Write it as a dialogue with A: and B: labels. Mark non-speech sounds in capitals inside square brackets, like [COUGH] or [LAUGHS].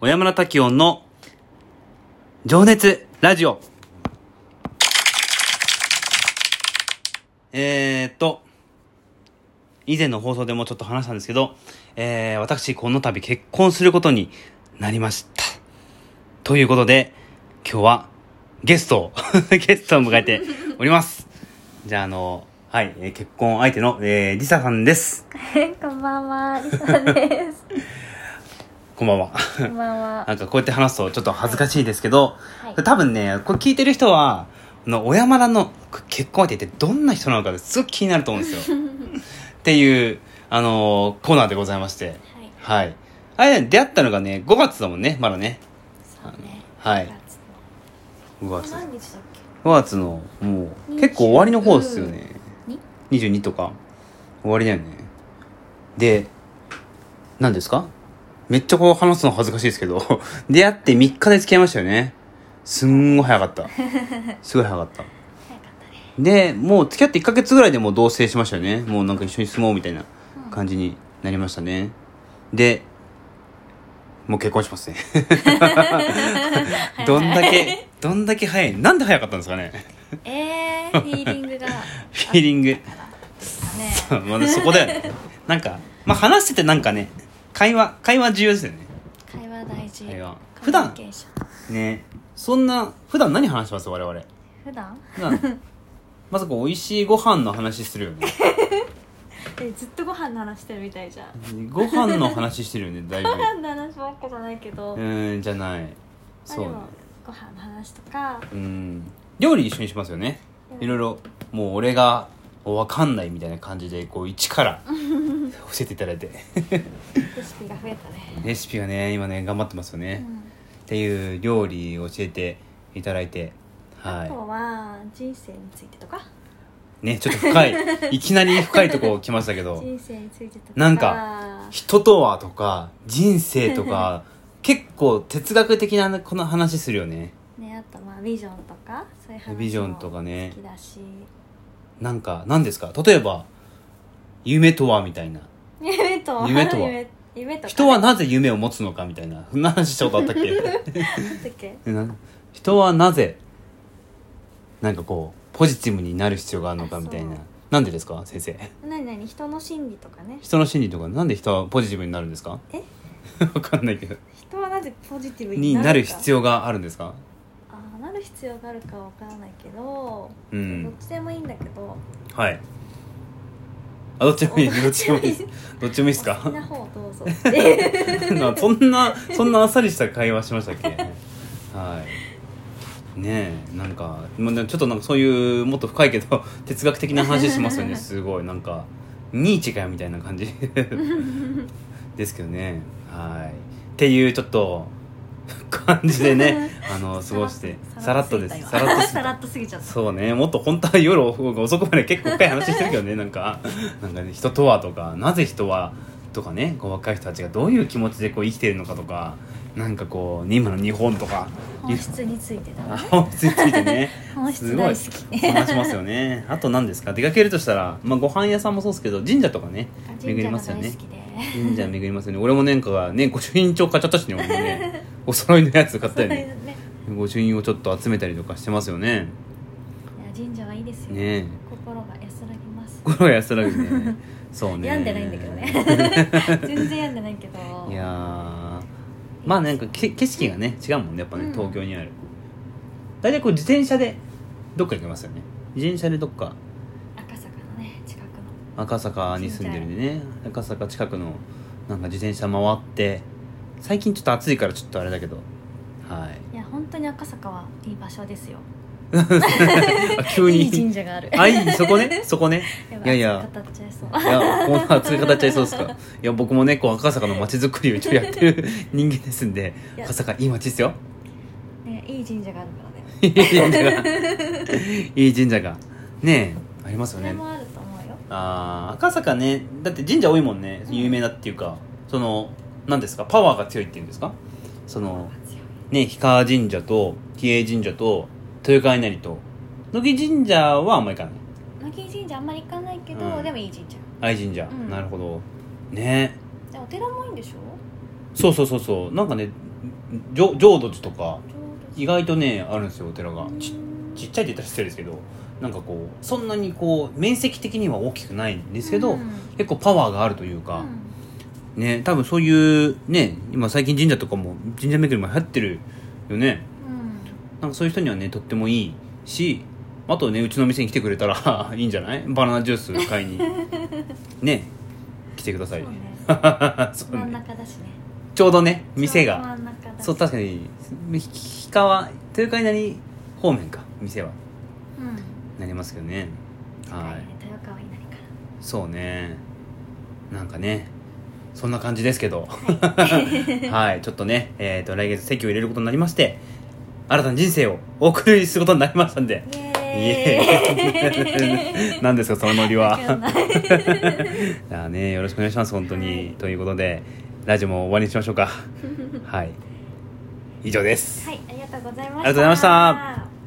A: 小山田滝音の情熱ラジオ。えー、っと、以前の放送でもちょっと話したんですけど、えー、私、この度結婚することになりました。ということで、今日はゲストを、 [LAUGHS] ゲストを迎えております。じゃあ、あの、はい、えー結婚相手の、えー、リサさんです。
B: [LAUGHS] こんばんは、りさです。
A: [LAUGHS] こんばんは。
B: こんばんは。
A: なんかこうやって話すとちょっと恥ずかしいですけど、
B: はい
A: 多分ね、これ聞いてる人は、あの、小山田の結婚相手ってどんな人なのかすごく気になると思うん
B: [LAUGHS]
A: ですよ。っていう、あのーコーナーでございまして。
B: は
A: は
B: い、
A: い。あれね、出会ったのがね、5月だもんね、まだね。
B: そうね。
A: はい
B: 五
A: 5
B: 月
A: 月
B: の。何日だっけ
A: 5月の、もう、
B: 20
A: 結構終わりの方ですよね。22とか。終わりだよね。で、何ですかめっちゃこう話すの恥ずかしいですけど、 [LAUGHS] 出会って3日で付き合いましたよね。すんごい早かった。すごい早かった。
B: 早かったね。
A: で、もう付き合って1ヶ月ぐらいでもう同棲しましたよね。もうなんか一緒に住もうみたいな感じになりましたね。で、もう結婚し [LAUGHS] ますね。どんだけ、どんだけ早い。なんで早かったんですかね。
B: えー、フィーリン
A: [LAUGHS]
B: グが。
A: フィーリング。
B: ね。
A: [LAUGHS] まあ、そこだよね。なんか、まあ、話しててなんかね、会話、会話重要ですよね。
B: 会話大事。
A: 会話
B: コミュニケーション。
A: ね。そんな、普段何話します我々。
B: 普段。
A: 普 [LAUGHS] 段まさか美味しいご飯の話するよね。
B: え、ずっとご飯の話してるみたいじゃん。
A: ご飯の話してるよね、 [LAUGHS] だいぶ
B: ご。飯の話ばっかじゃないけど。
A: う
B: ま
A: ーん、じゃない。
B: あ、
A: そ
B: で
A: うね。
B: も、ご飯の話とか。
A: うん。料理一緒にしますよね。
B: うん
A: いろいろ、もう俺が、わかんないみたいな感じで、こう、一 [LAUGHS] から、教えていただいて。 [LAUGHS]
B: レシピが増えたね。
A: レシピがね、今ね、頑張ってますよ
B: う
A: ね。
B: ん。
A: っていう料理を教えていただいて
B: あ
A: は
B: とは、人生についてとか。
A: いねちょっと深
B: [LAUGHS]
A: いいきなり深いとこ来ましたけど
B: 人生についてとか。
A: なんか人とはとか人生とか結構哲学的なこの話するよね
B: ね、あとまあビジョンとかそういう話も
A: ビジョンとかね
B: 好きだし
A: なんか何ですか例えば夢とはみたいな
B: 夢とは
A: 夢とは
B: 夢夢とか
A: 人はなぜ夢を持つのかみたいなそんな話したことあったっ
B: [LAUGHS]
A: け
B: なんだっけ
A: な人はなぜなんかこうポジティブになる必要があるのかみたいな
B: あそう
A: なんでですか先生
B: 何何人の心理とかね
A: 人の心理とかなんで人はポジティブになるんですか
B: え
A: [LAUGHS] わかんないけど
B: 人はなぜポジティブ
A: になる必
B: 要
A: 要があるんですか
B: あーなる必要があるかわからないけど、
A: うん
B: どっちでもいいんだけど
A: はいあどっちもいい
B: お
A: どっちもいい [LAUGHS] ですどっちもいいです
B: お好きな
A: か
B: 方をど
A: [LAUGHS]
B: うぞって
A: なそんなそんなあっさりした会話しましたっけはいねえなんかまあでもちょっとなんかそういうもっと深いけど哲学的な話し [LAUGHS] ますよねすごいなんかニーチェかよみたいな感 [LAUGHS] じですけどねはいっていうちょっと感じで [LAUGHS] ねあの過ごしてさらっとです
B: さ
A: さらっと
B: さらっと過ぎちゃった
A: そうねもっと本当は夜遅くまで結構深い話してるけ
B: [LAUGHS]
A: どねなんかなんか、ね、人とはとかなぜ人はとかねこう若い人たちがどういう気持ちでこう生きてるのかとかなんかこう今の日本とか
B: 本質についてだ
A: あ
B: な
A: 本質についてね
B: [LAUGHS] 本質大好き
A: すごい話しますよねあと何ですか出かけるとしたら、まあ、ご飯屋さんもそうですけど神社とかね巡
B: 神
A: り
B: 社
A: ま
B: が
A: すよ
B: 大好
A: ね
B: きで、
A: 神社巡りますよね俺もなんかね御朱印帳買っちゃったしね俺も
B: [LAUGHS]
A: ねお揃いのやつ買ったよね
B: ね
A: 御朱印をちょっと集めたりとかしてますよね
B: いや神社はいいですよ、
A: ねえ
B: 心が安らぎます
A: 心が安らぐ
B: [LAUGHS]
A: ねそうね
B: 病んでないんだけどね全然病んでないけ
A: [LAUGHS]
B: ど
A: いやーまあなんかけ景色がね違うもんねやっぱね、
B: うん
A: 東京にある大体こう自転車でどっか行きますよね自転車でどっか
B: 赤坂のね近くの
A: 赤坂に住んでるんでね赤坂近くのなんか自転車回って最近ちょっと暑いからちょっとあれだけどはい
B: いや本当に赤坂はいい場所ですよ
A: あ急
B: いい神
A: に
B: 社がある
A: あいいそこねそこ
B: [LAUGHS]
A: ねいやいや
B: 語っちゃいそう
A: いや、こんな熱い方ちゃいそうですか。いや、僕もね、こう赤坂の街づくりを一応やってる人間ですんで、
B: いや
A: 赤坂いい街ですよ。
B: ねいい神社があるからね
A: [LAUGHS] いい神社が。いい神社が。ねえ、あります
B: そ
A: よ
B: れ
A: ね。
B: もあると思うよ
A: あー赤坂ね、だって神社多いもんね、
B: うん
A: 有名だっていうか、その、なんですか、パワーが強いっていうんですかその、ね、氷川神社と、比叡神社と、豊川稲荷と、乃木神社はあんまり行かない。
B: 乃木神社あんまり行かないけど、
A: うん
B: でもいい神社
A: 愛神社。
B: うん
A: なるほど。ねえ。
B: でお寺もいいんでしょ
A: そうそうそうそうなんかね浄浄土寺とか
B: 浄土
A: 意外とねあるんですよお寺がちちっちゃいって言ったら失礼ですけどなんかこうそんなにこう面積的には大きくないんですけど、
B: うん
A: 結構パワーがあるというか、
B: うん
A: ね多分そういうね今最近神社とかも神社巡りも流行ってるよね
B: うん
A: なんかそういう人にはねとってもいいしあとねうちの店に来てくれたら [LAUGHS] いいんじゃないバナナジュース買い
B: [LAUGHS]
A: にね来てください
B: そうね
A: そう
B: 真ん
A: ね
B: 中だしね
A: ちょうどね [LAUGHS] 店が
B: 真ん中だし
A: そう確かにひ氷川豊川稲荷方面か店は
B: うん
A: なりますけどねは
B: はい
A: い
B: 豊川稲荷か
A: そうねなんかねそんな感じですけ
B: [LAUGHS]
A: どはいちょっとねえー、と来月席を入れることになりまして新たな人生をお送りすることになりましたんで
B: ら
A: い
B: イエ
A: え [LAUGHS] 何ですかそのノリ
B: ーイわ
A: は
B: か
A: [LAUGHS]
B: んない
A: じゃあねよろしくお願いします本当に、
B: はい
A: ということでラジオも終わりにしましょうかはい以上です
B: はいありがとうございました
A: ありがとうございました